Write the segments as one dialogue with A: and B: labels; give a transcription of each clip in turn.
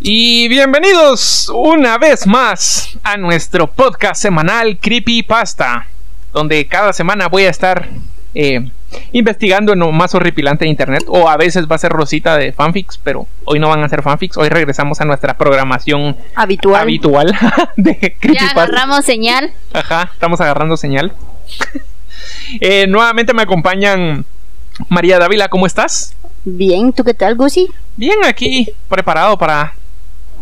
A: Y bienvenidos una vez más a nuestro podcast semanal Creepy Pasta, donde cada semana voy a estar eh, investigando en lo más horripilante de internet, o a veces va a ser Rosita de fanfics, pero hoy no van a ser fanfics, hoy regresamos a nuestra programación
B: Habitual.
A: habitual de
C: Ya
A: Creepypasta.
C: agarramos señal.
A: Ajá, estamos agarrando señal. Eh, nuevamente me acompañan María Dávila, ¿cómo estás?
B: Bien, ¿tú qué tal, Gusi?
A: Bien, aquí preparado para,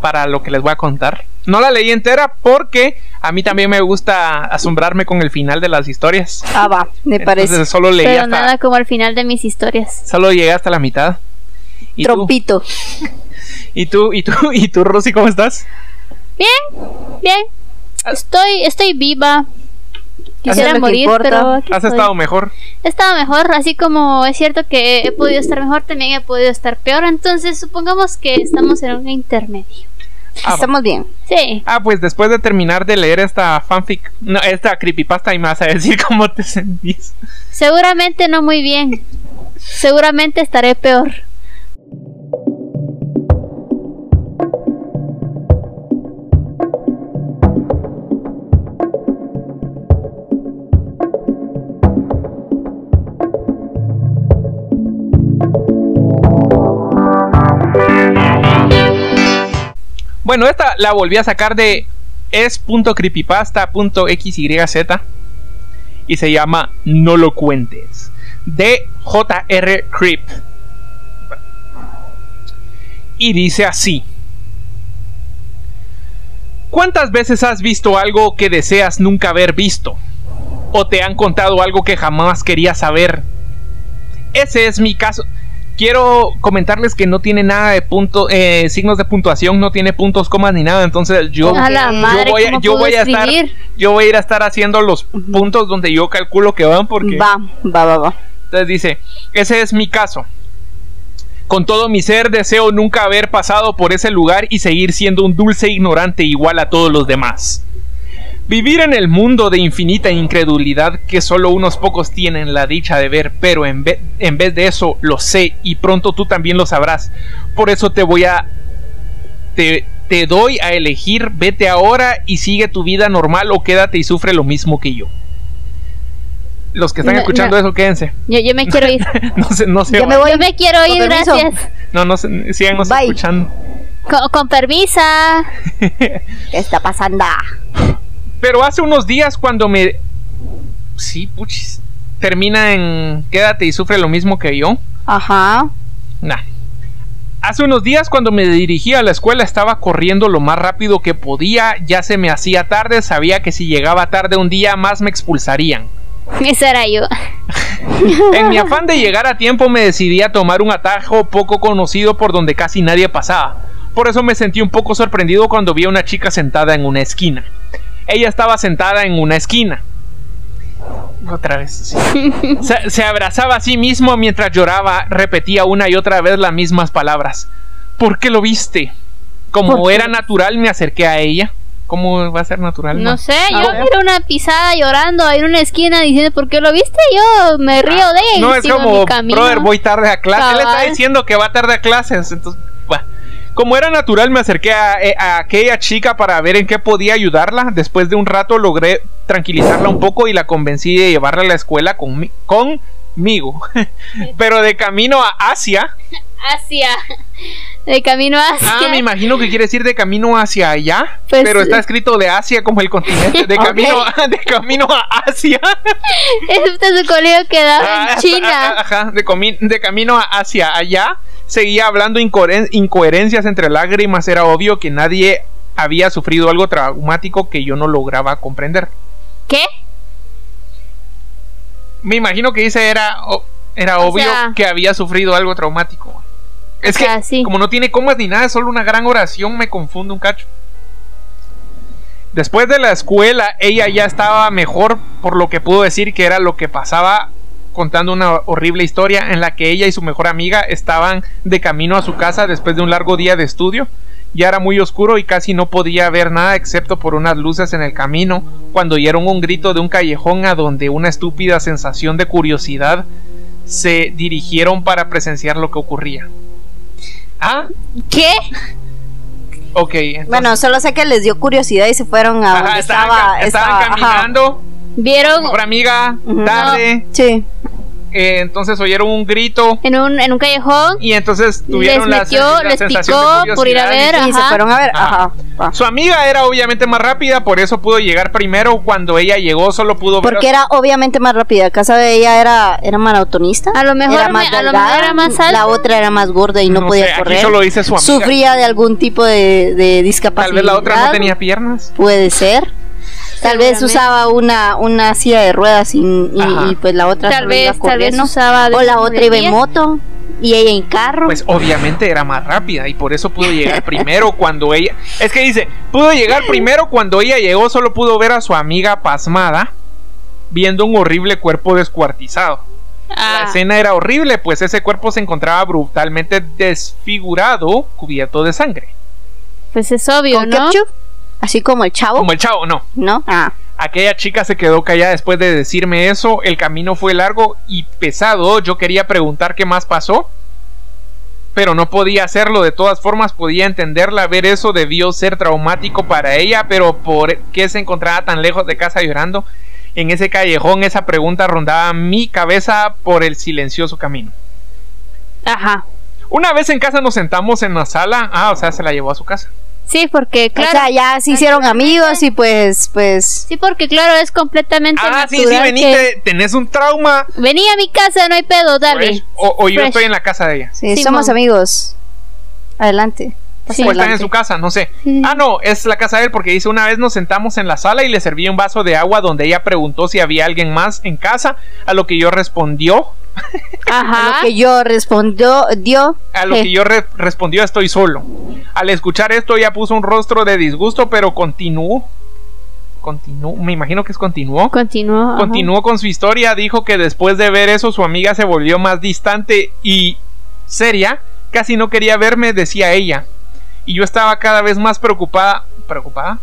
A: para lo que les voy a contar. No la leí entera porque a mí también me gusta asombrarme con el final de las historias.
B: Ah, va, me parece.
A: Entonces solo leí
C: Pero
A: hasta,
C: nada como al final de mis historias.
A: solo llegué hasta la mitad. ¿Y tú?
B: Trompito.
A: ¿Y tú? ¿Y tú? ¿Y tú, Rosy, cómo estás?
C: Bien, bien. Estoy, estoy viva.
B: Eso es
C: Quisiera
B: lo que
C: morir,
B: importa.
C: pero aquí
A: ¿Has
C: estoy.
A: estado mejor?
C: He estado mejor, así como es cierto que he podido estar mejor, también he podido estar peor. Entonces, supongamos que estamos en un intermedio.
A: Ah,
B: Estamos bien.
C: Sí.
A: Ah, pues después de terminar de leer esta fanfic, no, esta creepypasta y me vas a decir cómo te sentís.
C: Seguramente no muy bien. Seguramente estaré peor.
A: Bueno, esta la volví a sacar de es.creepypasta.xyz y se llama No lo cuentes de JR Creep. Y dice así. ¿Cuántas veces has visto algo que deseas nunca haber visto? ¿O te han contado algo que jamás querías saber? Ese es mi caso. Quiero comentarles que no tiene nada de punto, eh, signos de puntuación, no tiene puntos, comas ni nada. Entonces yo,
C: A
A: yo
C: la madre,
A: voy a-
C: ¿cómo
A: yo
C: puedo
A: voy a estar
C: escribir?
A: yo voy a ir a estar haciendo los puntos donde yo calculo que van porque
B: Va, va, va, va.
A: entonces dice, ese es mi caso. Con todo mi ser deseo nunca haber pasado por ese lugar y seguir siendo un dulce ignorante igual a todos los demás. Vivir en el mundo de infinita incredulidad que solo unos pocos tienen la dicha de ver, pero en, ve- en vez de eso lo sé y pronto tú también lo sabrás. Por eso te voy a... Te, te doy a elegir, vete ahora y sigue tu vida normal o quédate y sufre lo mismo que yo. Los que están
C: No,
A: escuchando
C: no.
A: eso, quédense.
C: Yo, yo me quiero ir.
A: No sé, no sé.
B: Ya me voy.
C: Yo me quiero
B: Con
C: ir,
B: permiso.
C: gracias.
A: No, no sé, síganos
B: Bye.
A: escuchando.
C: Con, con permisa.
B: ¿Qué está pasando?
A: Pero hace unos días cuando me... Sí, puchis. Termina en Quédate y sufre lo mismo que yo.
B: Ajá.
A: Nah. Hace unos días cuando me dirigí a la escuela estaba corriendo lo más rápido que podía, ya se me hacía tarde, sabía que si llegaba tarde un día más me expulsarían.
C: Esa era yo.
A: En mi afán de llegar a tiempo me decidí a tomar un atajo poco conocido por donde casi nadie pasaba. Por eso me sentí un poco sorprendido cuando vi a una chica sentada en una esquina. Ella estaba sentada en una esquina. Otra vez. sí. Se, se abrazaba a sí mismo mientras lloraba, repetía una y otra vez las mismas palabras. ¿Por qué lo viste? Como
B: ¿Por qué?
A: era natural, me acerqué a ella. ¿Cómo va a ser natural?
C: No sé,
B: A
C: yo
B: ver.
C: miro una pisada llorando en una esquina diciendo ¿por qué lo viste? Yo me río de ella. y
A: Ah, No, es
C: sigo mi
A: como,
C: camino.
A: brother, voy tarde a clase. Él está
C: Cabal.
A: diciendo que va tarde a clases. Entonces, bah. Como era natural, me acerqué a, eh, a aquella chica para ver en qué podía ayudarla. Después de un rato logré tranquilizarla un poco y la convencí de llevarla a la escuela conmi- conmigo. Pero de camino a Asia.
C: Hacia. De camino hacia.
A: Ah, me imagino que quiere decir de camino hacia allá.
C: Pues,
A: pero está
C: eh.
A: escrito de Asia como el continente. De
B: Ok.
A: camino, a- de camino a Asia.
C: Este su colegio quedaba
A: Ah,
C: en
A: ah,
C: China.
A: Ajá, de, comi- de camino a- hacia allá, seguía hablando incoheren- incoherencias entre lágrimas. Era obvio que nadie había sufrido algo traumático que yo no lograba comprender.
C: ¿Qué?
A: Me imagino que dice era, o- era
C: O
A: obvio
C: sea-
A: que había sufrido algo traumático. Es
C: O
A: que
C: sea, sí.
A: como no tiene comas ni nada, es solo una gran oración, me confunde un cacho. Después de la escuela, ella ya estaba mejor, por lo que pudo decir que era lo que pasaba contando una horrible historia en la que ella y su mejor amiga estaban de camino a su casa después de un largo día de estudio. Ya era muy oscuro y casi no podía ver nada excepto por unas luces en el camino, cuando oyeron un grito de un callejón a donde una estúpida sensación de curiosidad se dirigieron para presenciar lo que ocurría. Ah,
C: ¿Qué?
A: Ok. entonces-
D: Bueno, solo sé que les dio curiosidad y se fueron a
A: Ajá,
D: donde
A: estaban,
D: estaba.
A: ca- estaban
D: estaba- ajá.
A: caminando,
C: Vieron
A: mejor amiga,
D: Ujú.
A: tarde.
D: Sí.
A: eh, entonces oyeron un grito
C: en un, en un callejón.
A: y entonces
C: Les
A: tuvieron la sen-
C: metió,
A: la
C: les
A: sensación de
C: picó por ir a
A: curiosidad
C: ver.
A: y-
D: Y se
C: ajá.
D: fueron a ver.
A: Ajá.
D: Ajá. va.
A: Su amiga era obviamente más rápida, por eso pudo llegar primero. Cuando ella llegó, solo pudo ver.
D: Porque era obviamente más rápida. Casa de ella era, era maratonista.
C: A lo mejor
D: era
C: me-
D: más
C: a lo
D: delgada,
C: mejor era más alta.
D: La otra era más gorda y no,
A: No
D: podía
A: sé, aquí
D: correr.
A: solo dice su amiga.
D: Sufría de algún tipo de, de discapacidad.
A: Tal vez la otra no tenía piernas.
D: Puede ser. Tal vez
C: Seguramente.
D: usaba una, una silla de ruedas y, y-
A: Ajá.
D: y, pues la otra
C: Tal
D: solo
C: vez-
D: iba
C: tal
D: corriendo.
C: vez usaba de
D: o la otra iba en
C: muletillas.
D: moto y ella en carro.
A: Pues obviamente era más rápida y por eso pudo llegar primero cuando ella. Es que dice, pudo llegar primero cuando ella llegó, solo pudo ver a su amiga pasmada viendo un horrible cuerpo descuartizado. La
C: Ah,
A: escena era horrible, pues ese cuerpo se encontraba brutalmente desfigurado, cubierto de sangre.
C: pues es obvio,
D: con
C: ¿no?
D: ketchup, así como el chavo,
A: Como el chavo, no.
D: ¿no? Ah,
A: Aquella chica se quedó callada después de decirme eso. El camino fue largo y pesado. Yo quería preguntar qué más pasó. Pero no podía hacerlo. De todas formas, podía entenderla. Ver eso debió ser traumático para ella. Pero ¿por qué se encontraba tan lejos de casa llorando? En ese callejón esa pregunta rondaba mi cabeza por el silencioso camino.
C: Ajá.
A: Una vez en casa nos sentamos en la sala. Ah, o sea, se la llevó a su casa.
C: Sí, porque
D: O
C: claro.
D: sea, ya se hicieron amigos y pues, pues.
C: sí, porque claro, es completamente
A: Ah,
C: natural
A: sí, sí,
C: que-
A: veniste. Tenés un trauma.
C: Vení a mi casa, no hay pedo, dale.
A: Pues, o, o yo
C: Fresh.
A: estoy en la casa de ella.
D: sí,
C: Simón.
D: somos amigos. Adelante. pasa
C: Sí.
A: o están en
D: adelante.
A: su casa, no sé.
C: Sí.
A: Ah, no, es la casa de él porque dice una vez nos sentamos en la sala y le serví un vaso de agua donde ella preguntó si había alguien más en casa, a lo que yo respondió,
D: A
C: Ajá.
D: lo que yo respondió, dio.
A: a lo
D: Sí.
A: que yo re- respondió estoy solo. Al escuchar esto ella puso un rostro de disgusto, pero continuó. Continuó, me imagino que es continuó.
C: Continuó. ajá.
A: Continuó con su historia, dijo que después de ver eso su amiga se volvió más distante y seria, casi no quería verme, decía ella. Y yo estaba cada vez más preocupada, preocupada,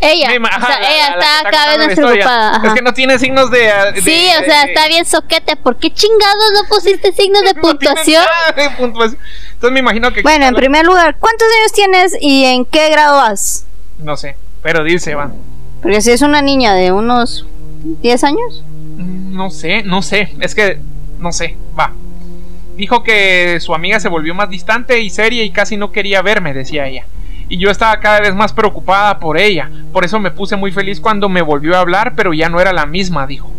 C: Ella.
A: Me ima-
C: o sea,
A: ajá, la- la- la
C: ella
A: que
C: está
A: está
C: cada
A: contando
C: vez más
A: la historia.
C: preocupada. ajá.
A: Es que no tiene signos de. de-
C: sí, o
A: de-
C: sea,
A: de-
C: está bien soquete. ¿Por qué chingados no pusiste signos de
A: no
C: puntuación?
A: tiene nada de puntuación. Entonces me imagino que.
D: Bueno, en primer lugar, ¿cuántos años tienes y en qué grado vas?
A: No sé, pero dice, va.
D: Porque si es una niña de unos 10 años.
A: No sé, no sé. Es que. No sé, va. Dijo que su amiga se volvió más distante y seria y casi no quería verme, decía ella. Y yo estaba cada vez más preocupada por ella. Por eso me puse muy feliz cuando me volvió a hablar, pero ya no era la misma, dijo.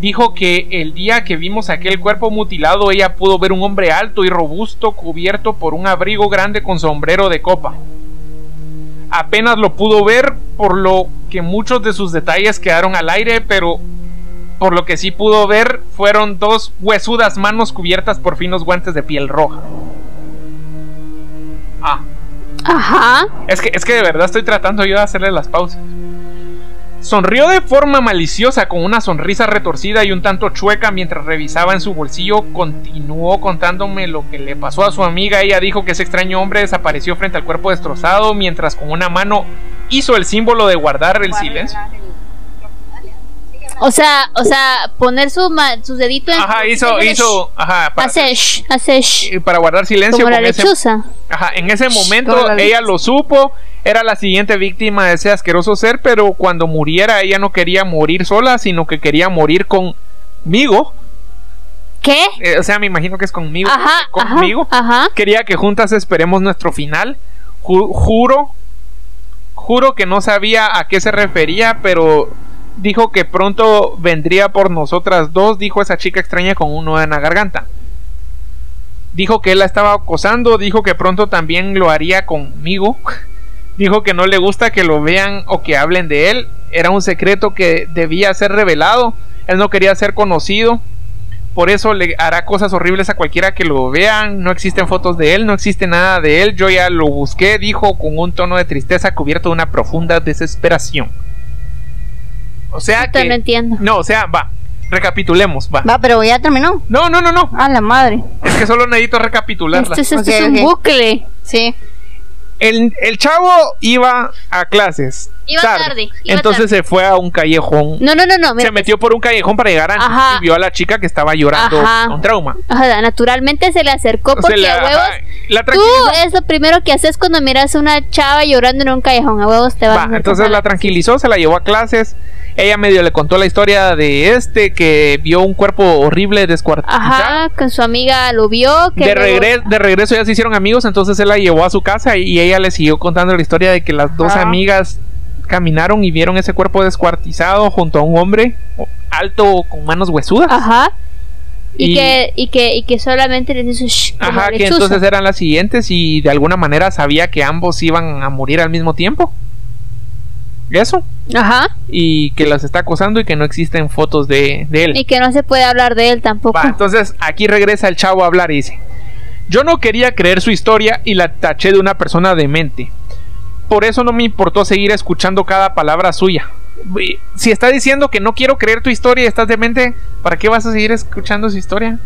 A: Dijo que el día que vimos aquel cuerpo mutilado ella pudo ver un hombre alto y robusto cubierto por un abrigo grande con sombrero de copa. Apenas lo pudo ver, por lo que muchos de sus detalles quedaron al aire, pero por lo que sí pudo ver fueron dos huesudas manos cubiertas por finos guantes de piel roja. Ah,
C: Ajá.
A: es que, es que de verdad estoy tratando yo de hacerle las pausas. Sonrió de forma maliciosa con una sonrisa retorcida y un tanto chueca mientras revisaba en su bolsillo. Continuó contándome lo que le pasó a su amiga. Ella dijo que ese extraño hombre desapareció frente al cuerpo destrozado mientras con una mano hizo el símbolo de guardar el silencio.
C: O sea, o sea, poner su, ma- su dedito en.
A: Ajá, hizo, hizo, ajá, para,
C: Hace shh, hace shh.
A: y eh, para guardar silencio
C: Como la
A: con ese-
C: lechuza.
A: Ajá, en ese momento
D: toda la
A: ella lo supo, era la siguiente víctima de ese asqueroso ser, pero cuando muriera ella no quería morir sola, sino que quería morir conmigo.
C: ¿Qué?
A: Eh, o sea, me imagino que es conmigo.
C: Ajá,
A: porque
C: ajá,
A: conmigo.
C: ajá.
A: Quería que juntas esperemos nuestro final. Ju- juro, juro que no sabía a qué se refería, pero dijo que pronto vendría por nosotras dos, dijo esa chica extraña con un nudo en la garganta. Dijo que él la estaba acosando, dijo que pronto también lo haría conmigo. Dijo que no le gusta que lo vean o que hablen de él. Era un secreto que debía ser revelado. Él no quería ser conocido. Por eso le hará cosas horribles a cualquiera que lo vean. No existen fotos de él, no existe nada de él. Yo ya lo busqué, dijo con un tono de tristeza cubierto de una profunda desesperación. O sea
C: Esto no
A: que...
C: entiendo.
A: No, o sea, va. Recapitulemos, va.
D: Va, pero ya terminó.
A: No, no, no, no.
D: A la madre.
A: Es que solo necesito recapitularla.
C: Esto es, esto es
D: Ok,
C: un
D: ok.
C: bucle.
D: Sí.
A: el, el chavo iba a clases.
C: Iba tarde, iba
A: entonces se fue a un callejón.
C: No, no, no, no. mira,
A: se metió por un callejón para llegar antes
C: Ajá.
A: y vio a la chica que estaba llorando
C: Ajá.
A: con trauma.
C: ajá, naturalmente se le acercó
A: Se
C: porque
A: la-
C: a huevos.
A: ajá, la
C: Tú
A: tranquilizó.
C: es lo primero que haces cuando miras a una chava llorando en un callejón. A huevos te vas. a
A: Va,
C: acercar
A: entonces
C: a
A: la tranquilizó, se la llevó a clases. Ella medio le contó la historia de este que vio un cuerpo horrible descuartizado.
C: Ajá, con su amiga lo vio. Que
A: De,
C: luego-
A: regre- de regreso ya se hicieron amigos, entonces él la llevó a su casa y ella le siguió contando la historia de que las dos
B: Ah.
A: amigas caminaron y vieron ese cuerpo descuartizado junto a un hombre o- alto con manos huesudas.
C: Ajá. Y,
A: Y-
C: que, y, que, y que solamente les hizo shh. como
A: Ajá, que
C: lechuza.
A: entonces eran las siguientes y de alguna manera sabía que ambos iban a morir al mismo tiempo. Eso.
C: Ajá.
A: Y que las está acosando y que no existen fotos de, de él.
C: Y que no se puede hablar de él tampoco.
A: Va, entonces aquí regresa el chavo a hablar y dice, yo no quería creer su historia y la taché de una persona demente. Por eso no me importó seguir escuchando cada palabra suya. Y Si está diciendo que no quiero creer tu historia y estás demente, ¿para qué vas a seguir escuchando su historia?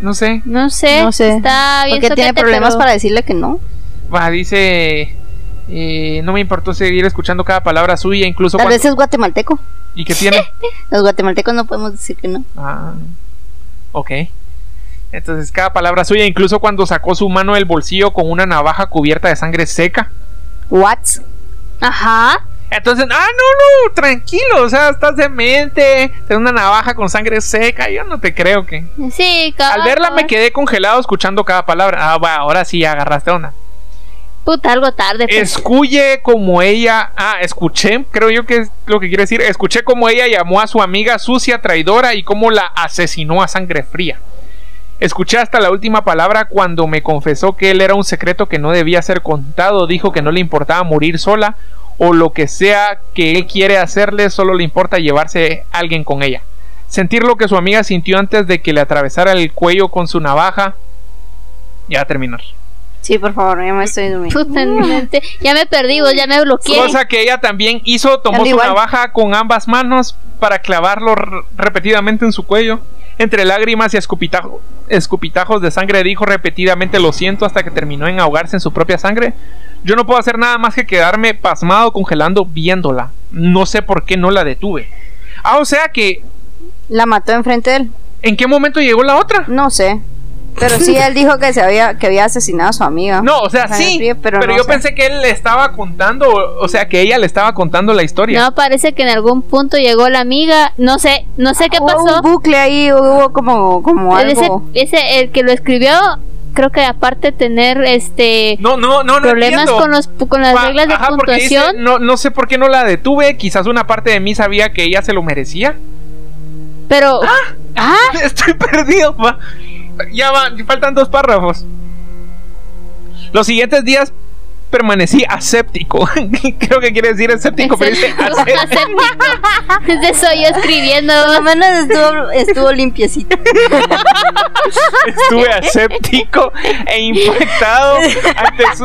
A: No sé.
C: No sé.
D: No sé.
C: Está bien.
D: Porque tiene
C: soquete,
D: problemas
C: pero-
D: para decirle que no.
A: Va, dice... eh, no me importó seguir escuchando cada palabra suya, incluso
D: Tal
A: cuando-
D: vez es guatemalteco.
A: ¿Y que tiene?
D: Los guatemaltecos no podemos decir que no.
A: Ah, ok. Entonces cada palabra suya, incluso cuando sacó su mano del bolsillo con una navaja cubierta de sangre seca.
D: What?
C: Ajá.
A: Entonces, ah, no, no, tranquilo, o sea, estás demente, tienes una navaja con sangre seca, yo no te creo que...
C: Sí, cabrón.
A: Al verla me quedé congelado escuchando cada palabra. Ah, va, ahora sí, agarraste una.
C: Puta, algo tarde. pues.
A: Escuche como ella... Ah, escuché, creo yo que es lo que quiero decir. Escuché como ella llamó a su amiga sucia, traidora y cómo la asesinó a sangre fría. Escuché hasta la última palabra cuando me confesó que él era un secreto que no debía ser contado, dijo que no le importaba morir sola o lo que sea que él quiere hacerle, solo le importa llevarse a alguien con ella. Sentir lo que su amiga sintió antes de que le atravesara el cuello con su navaja. Ya va a terminar.
D: Sí, por favor, ya me estoy durmiendo.
C: Puta, mi mente. Ya me perdí, vos ya me bloqueé.
A: Cosa que ella también hizo, tomó
D: Ando
A: su
D: igual.
A: navaja con ambas manos para clavarlo r- repetidamente en su cuello. Entre lágrimas y escupitajo- escupitajos de sangre dijo repetidamente lo siento hasta que terminó en ahogarse en su propia sangre. Yo no puedo hacer nada más que quedarme pasmado congelando viéndola. No sé por qué no la detuve. Ah, o sea que...
D: La mató enfrente de él.
A: ¿En qué momento llegó la otra?
D: No sé. Pero sí, él dijo que se había que había asesinado a su amiga.
A: No, o sea,
D: Ajá,
A: sí.
D: sí,
A: pero
D: pero no
A: yo
D: sé.
A: pensé que él le estaba contando, o sea, que ella le estaba contando la historia.
C: No, parece que en algún punto llegó la amiga. No sé, no sé qué
D: Hubo un
C: pasó.
D: bucle ahí, hubo como, como
C: Ese,
D: algo.
C: ese, el que lo escribió, creo que aparte de tener este
A: No, no, no, no.
C: problemas
A: entiendo.
C: con los con las
A: Pa-
C: reglas de
A: ajá, porque dice,
C: puntuación.
A: no, no sé por qué no la detuve. Quizás una parte de mí sabía que ella se lo merecía.
C: Pero ah,
A: Estoy perdido. va. Ya van, faltan dos párrafos. Los siguientes días permanecí aséptico. Creo que quiere decir aséptico, pero dice asé-
C: aséptico. Ese soy yo escribiendo.
D: Por lo menos estuvo, estuvo limpiecito.
A: estuve aséptico e impactado ante su,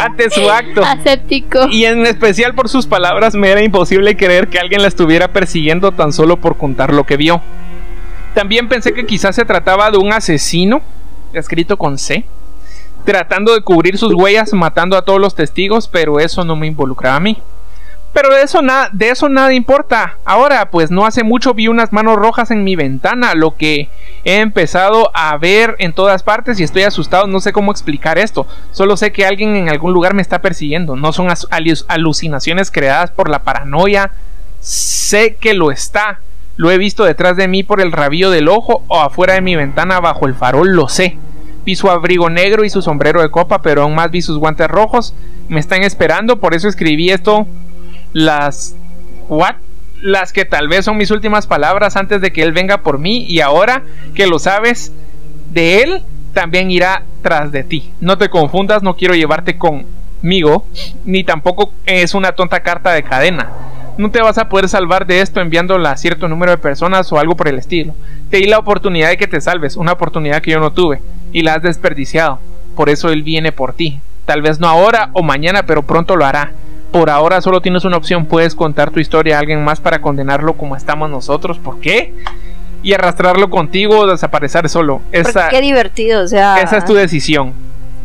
A: ante su acto.
C: Aséptico.
A: Y en especial por sus palabras me era imposible creer que alguien la estuviera persiguiendo tan solo por contar lo que vio. También pensé que quizás se trataba de un asesino, escrito con C, tratando de cubrir sus huellas matando a todos los testigos, pero eso no me involucraba a mí. Pero de eso, na- de eso nada importa. Ahora, pues no hace mucho vi unas manos rojas en mi ventana, lo que he empezado a ver en todas partes y estoy asustado, no sé cómo explicar esto. Solo sé que alguien en algún lugar me está persiguiendo. No son as- alu- alucinaciones creadas por la paranoia. Sé que lo está. Lo he visto detrás de mí por el rabillo del ojo o afuera de mi ventana bajo el farol, lo sé. Vi su abrigo negro y su sombrero de copa, pero aún más vi sus guantes rojos. Me están esperando, por eso escribí esto. Las... ¿What? Las que tal vez son mis últimas palabras antes de que él venga por mí y ahora que lo sabes de él, también irá tras de ti. No te confundas, no quiero llevarte conmigo, ni tampoco es una tonta carta de cadena. No te vas a poder salvar de esto enviándola a cierto número de personas o algo por el estilo. Te di la oportunidad de que te salves, una oportunidad que yo no tuve, y la has desperdiciado. Por eso él viene por ti. Tal vez no ahora o mañana, pero pronto lo hará. Por ahora solo tienes una opción, puedes contar tu historia a alguien más para condenarlo como estamos nosotros. ¿Por qué? Y arrastrarlo contigo o desaparecer solo.
D: Porque
A: Esa,
D: qué divertido, o sea.
A: esa es tu decisión.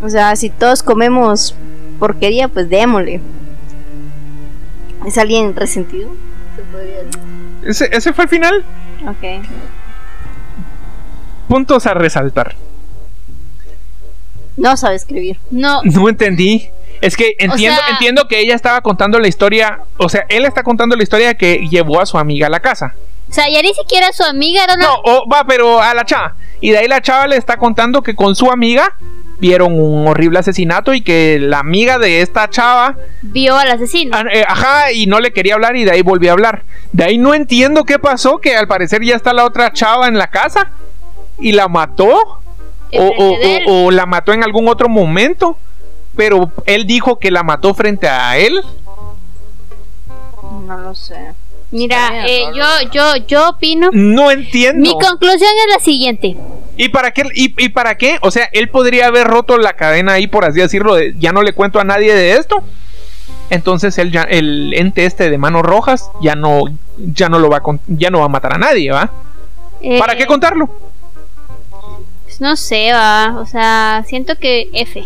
D: O sea, si todos comemos porquería, pues démosle. ¿Es alguien resentido? Se podría decir.
A: Ese, ese fue el final.
D: Ok.
A: Puntos a resaltar.
D: No sabe escribir.
C: No,
A: No entendí. Es que entiendo,
C: sea-
A: entiendo que ella estaba contando la historia. O sea, él está contando la historia que llevó a su amiga a la casa.
C: o sea, ya ni siquiera su amiga era una.
A: No, o- va, pero a la chava. Y de ahí la chava le está contando que con su amiga vieron un horrible asesinato y que la amiga de esta chava,
C: Vio al asesino.
A: ah, eh, ajá, y no le quería hablar y de ahí volvió a hablar. De ahí no entiendo qué pasó, que al parecer ya está la otra chava en la casa y la mató o, o-
C: Enfrente de él.
A: o- o la mató en algún otro momento. Pero él dijo que la mató frente a él.
D: No lo sé.
C: Mira,
D: Está
C: eh,
D: bien,
C: yo, yo, yo opino.
A: No entiendo.
C: Mi conclusión es la siguiente.
A: ¿Y para qué? ¿Y, y para qué? O sea, él podría haber roto la cadena ahí, por así decirlo, de, ya no le cuento a nadie de esto. Entonces él ya- el ente este de manos rojas ya no, ya no lo va a, con- ya no va a matar a nadie, ¿va?
C: Eh,
A: ¿Para qué contarlo?
C: pues no sé, va. O sea, siento que F.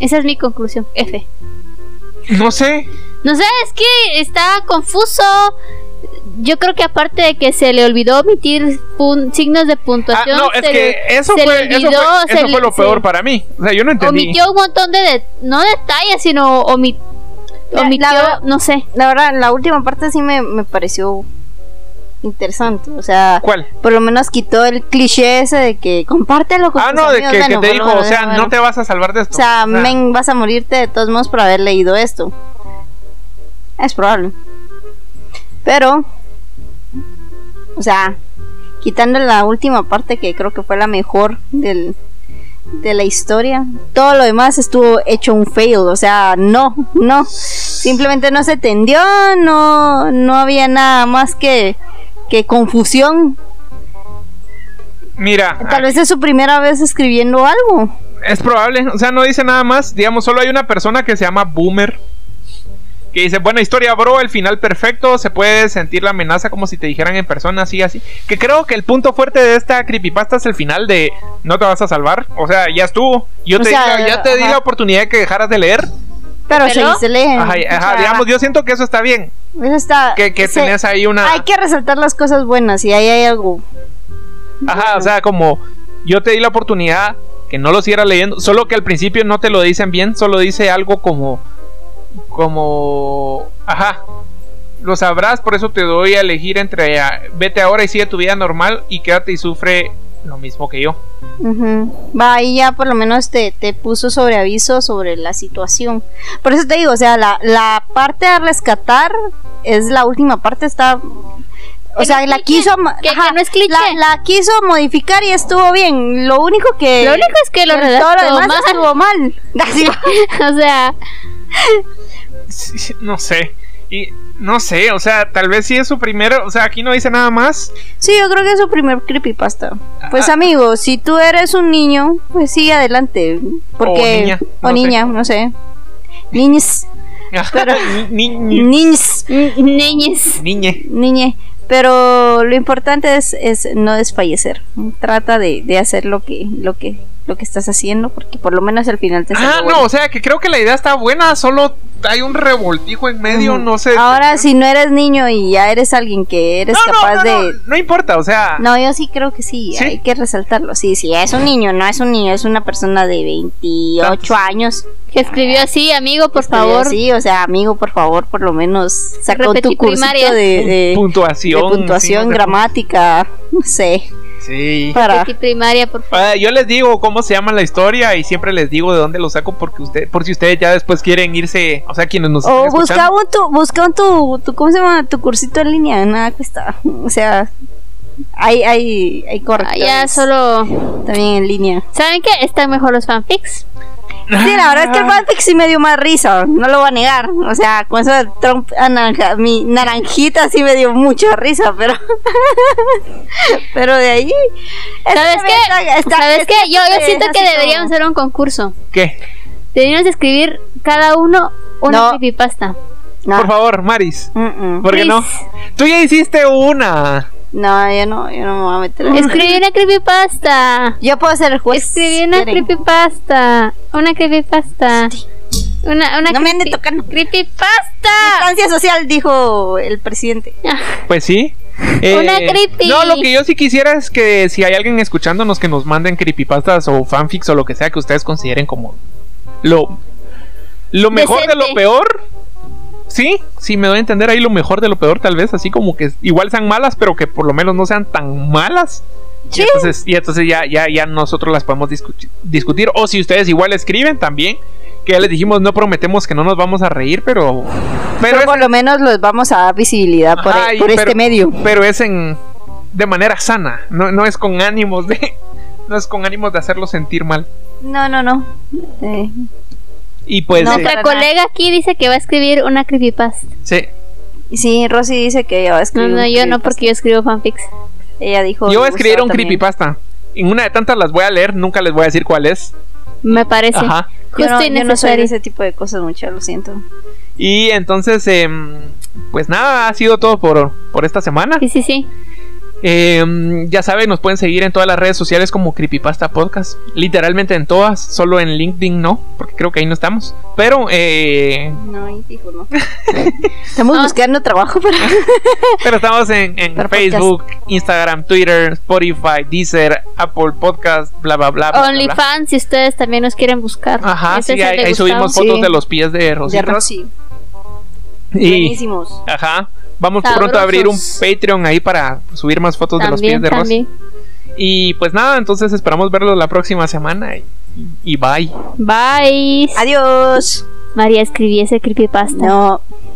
C: Esa es mi conclusión, F.
A: No sé.
C: No sé, es que está confuso. Yo creo que aparte de que se le olvidó omitir pun- signos de
A: Ah,
C: puntuación,
A: no, es que
C: se le-
A: eso
C: se le
A: fue, eso
C: olvidó,
A: fue-
C: se
A: eso
C: le-
A: fue lo
C: se
A: peor para mí. O sea, yo no entendí.
C: omitió un montón de, de- no detalles, sino omi-
D: La-
C: omitió,
D: la verdad-
C: no sé.
D: La verdad, la última parte sí me, me pareció interesante. O sea,
A: ¿Cuál?
D: por lo menos quitó el cliché ese de que compártelo con
A: Ah,
D: tus
A: no, de que,
D: amigos.
A: que
D: Bueno,
A: te
D: bueno,
A: dijo, o
D: bueno,
A: sea,
D: bueno,
A: no te vas a salvar de
D: O
A: esto.
D: sea,
A: O sea,
D: men, vas a morirte de todos modos por haber leído esto. Es probable. Pero, o sea, quitando la última parte que creo que fue la mejor del, de la historia, todo lo demás estuvo hecho un fail. O sea, no, no. Simplemente no se tendió, no, no había nada más que, que confusión.
A: Mira,
D: Tal vez es su primera vez escribiendo algo.
A: Es probable, o sea, no dice nada más. Digamos, solo hay una persona que se llama Boomer. Que dice, buena historia, bro, el final perfecto. Se puede sentir la amenaza como si te dijeran en persona, así, así. Que creo que el punto fuerte de esta creepypasta es el final de no te vas a salvar. O sea, ya estuvo. Yo
D: O
A: te,
D: sea,
A: di, la- ya te di
D: ajá.
A: la oportunidad de que dejaras de leer.
D: Pero se,
C: ¿Pero?
D: se lee.
A: Ajá,
D: o
A: ajá,
D: sea,
A: digamos, yo siento que eso está bien.
D: Eso está.
A: Que, que
D: se-
A: tenés ahí una.
D: Hay que resaltar las cosas buenas y ahí hay algo.
A: Ajá, o sea, como yo te di la oportunidad que no lo siguiera leyendo, solo que al principio no te lo dicen bien, solo dice algo como como ajá. Lo sabrás, por eso te doy a elegir entre ah, vete ahora y sigue tu vida normal y quédate y sufre lo mismo que yo.
D: Ujú. Va, ahí ya por lo menos te, te puso sobre aviso sobre la situación. Por eso te digo, o sea, la, la parte a rescatar es la última parte, está. O
C: Que
D: sea,
C: no
D: la
C: es
D: quiso.
C: cliché,
D: ma-
C: que- que no es cliché.
D: La, la quiso modificar y estuvo bien. Lo único que.
C: Lo único es que lo
D: eh, todo lo
C: redactó
D: demás
C: mal.
D: estuvo mal. Así va.
C: o sea,
A: Sí, sí, No sé. Y no sé, o sea, tal vez sí es su primero, o sea, aquí no dice nada más.
D: Sí, yo creo que es su primer creepypasta.
A: Ah,
D: Pues amigo, si tú eres un niño, pues sí, adelante. Porque,
A: O niña,
D: o
A: no
D: niña, no sé. Niñes, Pero-
A: Ni- ni-
D: niñes,
C: niñez.
A: niñe.
D: niñe. Pero lo importante es, es no desfallecer. Trata de, de hacer lo que, lo que, lo que estás haciendo, porque por lo menos al final te
A: Ah,
D: sale
A: no,
D: bueno.
A: o sea, que creo que la idea está buena, solo hay un revoltijo en medio,
D: Ujú.
A: no sé.
D: Ahora, si no eres niño y ya eres alguien que eres
A: no,
D: capaz de,
A: no, no importa, o sea.
D: No, yo sí creo que sí,
A: ¿Sí?
D: hay que resaltarlo. Sí, sí, es un niño, no es un niño, es una persona de 28
A: Tantos.
D: años.
C: Que escribió
D: Ah,
C: así, amigo, por favor.
D: Sí, o sea, amigo, por favor, por lo menos saca
C: Repetí
D: tu cursito
C: primaria.
D: de, de- de
A: puntuación.
D: puntuación,
A: signos de
D: gramática, no sé,
A: puntu- Sí.
D: para...
C: Petit primaria, por favor.
A: Ah, yo les digo cómo se llama la historia y siempre les digo de dónde lo saco porque usted, por si ustedes ya después quieren irse, o sea, quienes nos
D: O
A: están
D: busca
A: escuchando.
D: un, tu, busca un tu, tu- ¿cómo se llama? Tu cursito en línea, nada cuesta. O sea, hay, hay, hay
C: Ah,
D: correctores
C: ya solo.
D: también en línea.
C: ¿Saben qué? Están mejor los fanfics.
D: Sí, la verdad es que
A: Ah.
D: el fanfic sí me dio más risa, no lo voy a negar. O sea, con eso de Trump a naranja- mi naranjita sí me dio mucha risa, pero. pero de ahí.
C: ¿Sabes qué?
D: Está- está-
C: ¿Sabes
D: está-
C: qué? Yo, yo
D: es
C: siento que
D: así
C: deberíamos
D: como-
C: hacer un concurso.
A: ¿Qué?
C: Deberíamos escribir cada uno una
D: No.
C: creepypasta.
D: No.
A: Por favor, Maris.
D: Mm, mm.
A: ¿Por qué no?
C: Please.
A: Tú ya hiciste una.
D: No, yo no, yo no me voy a meter. en eso.
C: Escribí una creepypasta.
D: Yo puedo ser el juez.
C: Escribí una
D: Pues, Miren,
C: creepypasta. Una creepypasta. Una, una
D: No me ande
C: creepy-
D: tocando.
C: ¡Creepypasta! Ah,
D: Distancia social, dijo el presidente.
A: Pues sí. Eh,
C: Una creepy.
A: No, lo que yo sí quisiera es que si hay alguien escuchándonos que nos manden creepypastas o fanfics o lo que sea que ustedes consideren como lo, lo mejor de lo
C: Decente.
A: peor. Sí, sí, me doy a entender ahí lo mejor de lo peor, tal vez, así como que igual sean malas, pero que por lo menos no sean tan malas. Y entonces, y entonces ya, ya, ya nosotros las podemos discutir, discutir. O si ustedes igual escriben también, que ya les dijimos, no prometemos que no nos vamos a reír, pero.
D: Pero,
A: Pero, es-
D: por lo menos los vamos a dar visibilidad por,
A: Ajá, y
D: por
A: pero-
D: este medio.
A: Pero es en de manera sana, no, no es con ánimos de no es con ánimos de hacerlo sentir mal.
D: No, no, no. Eh,
A: Y pues
D: No,
A: eh,
D: para
C: Nuestra colega aquí dice que va a escribir una creepypasta.
A: sí.
D: sí, Rosy dice que ella va a
C: No,
D: escribir.
C: no,
D: un
C: yo no,
D: creepypasta.
C: porque yo escribo fanfics.
D: Ella dijo.
A: yo
D: le
A: voy a escribir
D: gustaba
A: un
D: también.
A: creepypasta. En una de tantas las voy a leer, nunca les voy a decir cuál es.
C: Me parece.
A: Ajá.
D: Yo
C: Justo
D: no,
C: y
D: yo no soy de
C: necesario.
D: ese tipo de cosas mucho, lo siento.
A: Y entonces em, pues nada, ha sido todo por, por esta semana.
C: Sí, sí, sí.
A: Em, ya saben, nos pueden seguir en todas las redes sociales como Creepypasta Podcast. Literalmente en todas, solo en LinkedIn no, porque creo que ahí no estamos. Pero eh,
D: No, ahí dijo no. Estamos
C: Ah.
D: buscando trabajo para.
A: Pero estamos en, en
D: Pero
A: Facebook, Instagram, Twitter, Spotify, Deezer, Apple Podcast, bla bla Ah, bla. bla, bla, bla.
C: OnlyFans, si ustedes también nos quieren buscar.
A: Ajá,
C: Ese
A: sí,
C: es el
A: ahí,
C: de
A: ahí
C: Gustavo.
A: subimos fotos
D: Sí.
A: de los pies de Rosita.
D: De Rosy.
A: y,
D: Buenísimos.
A: ajá, vamos pronto a abrir un
C: Sabrosos.
A: Patreon ahí para subir más fotos de los pies de
C: También,
A: Rosy.
C: también.
A: Y pues nada, entonces esperamos verlos la próxima semana y, y bye.
C: Bye.
D: Adiós.
C: María, escribí ese creepypasta.
D: No.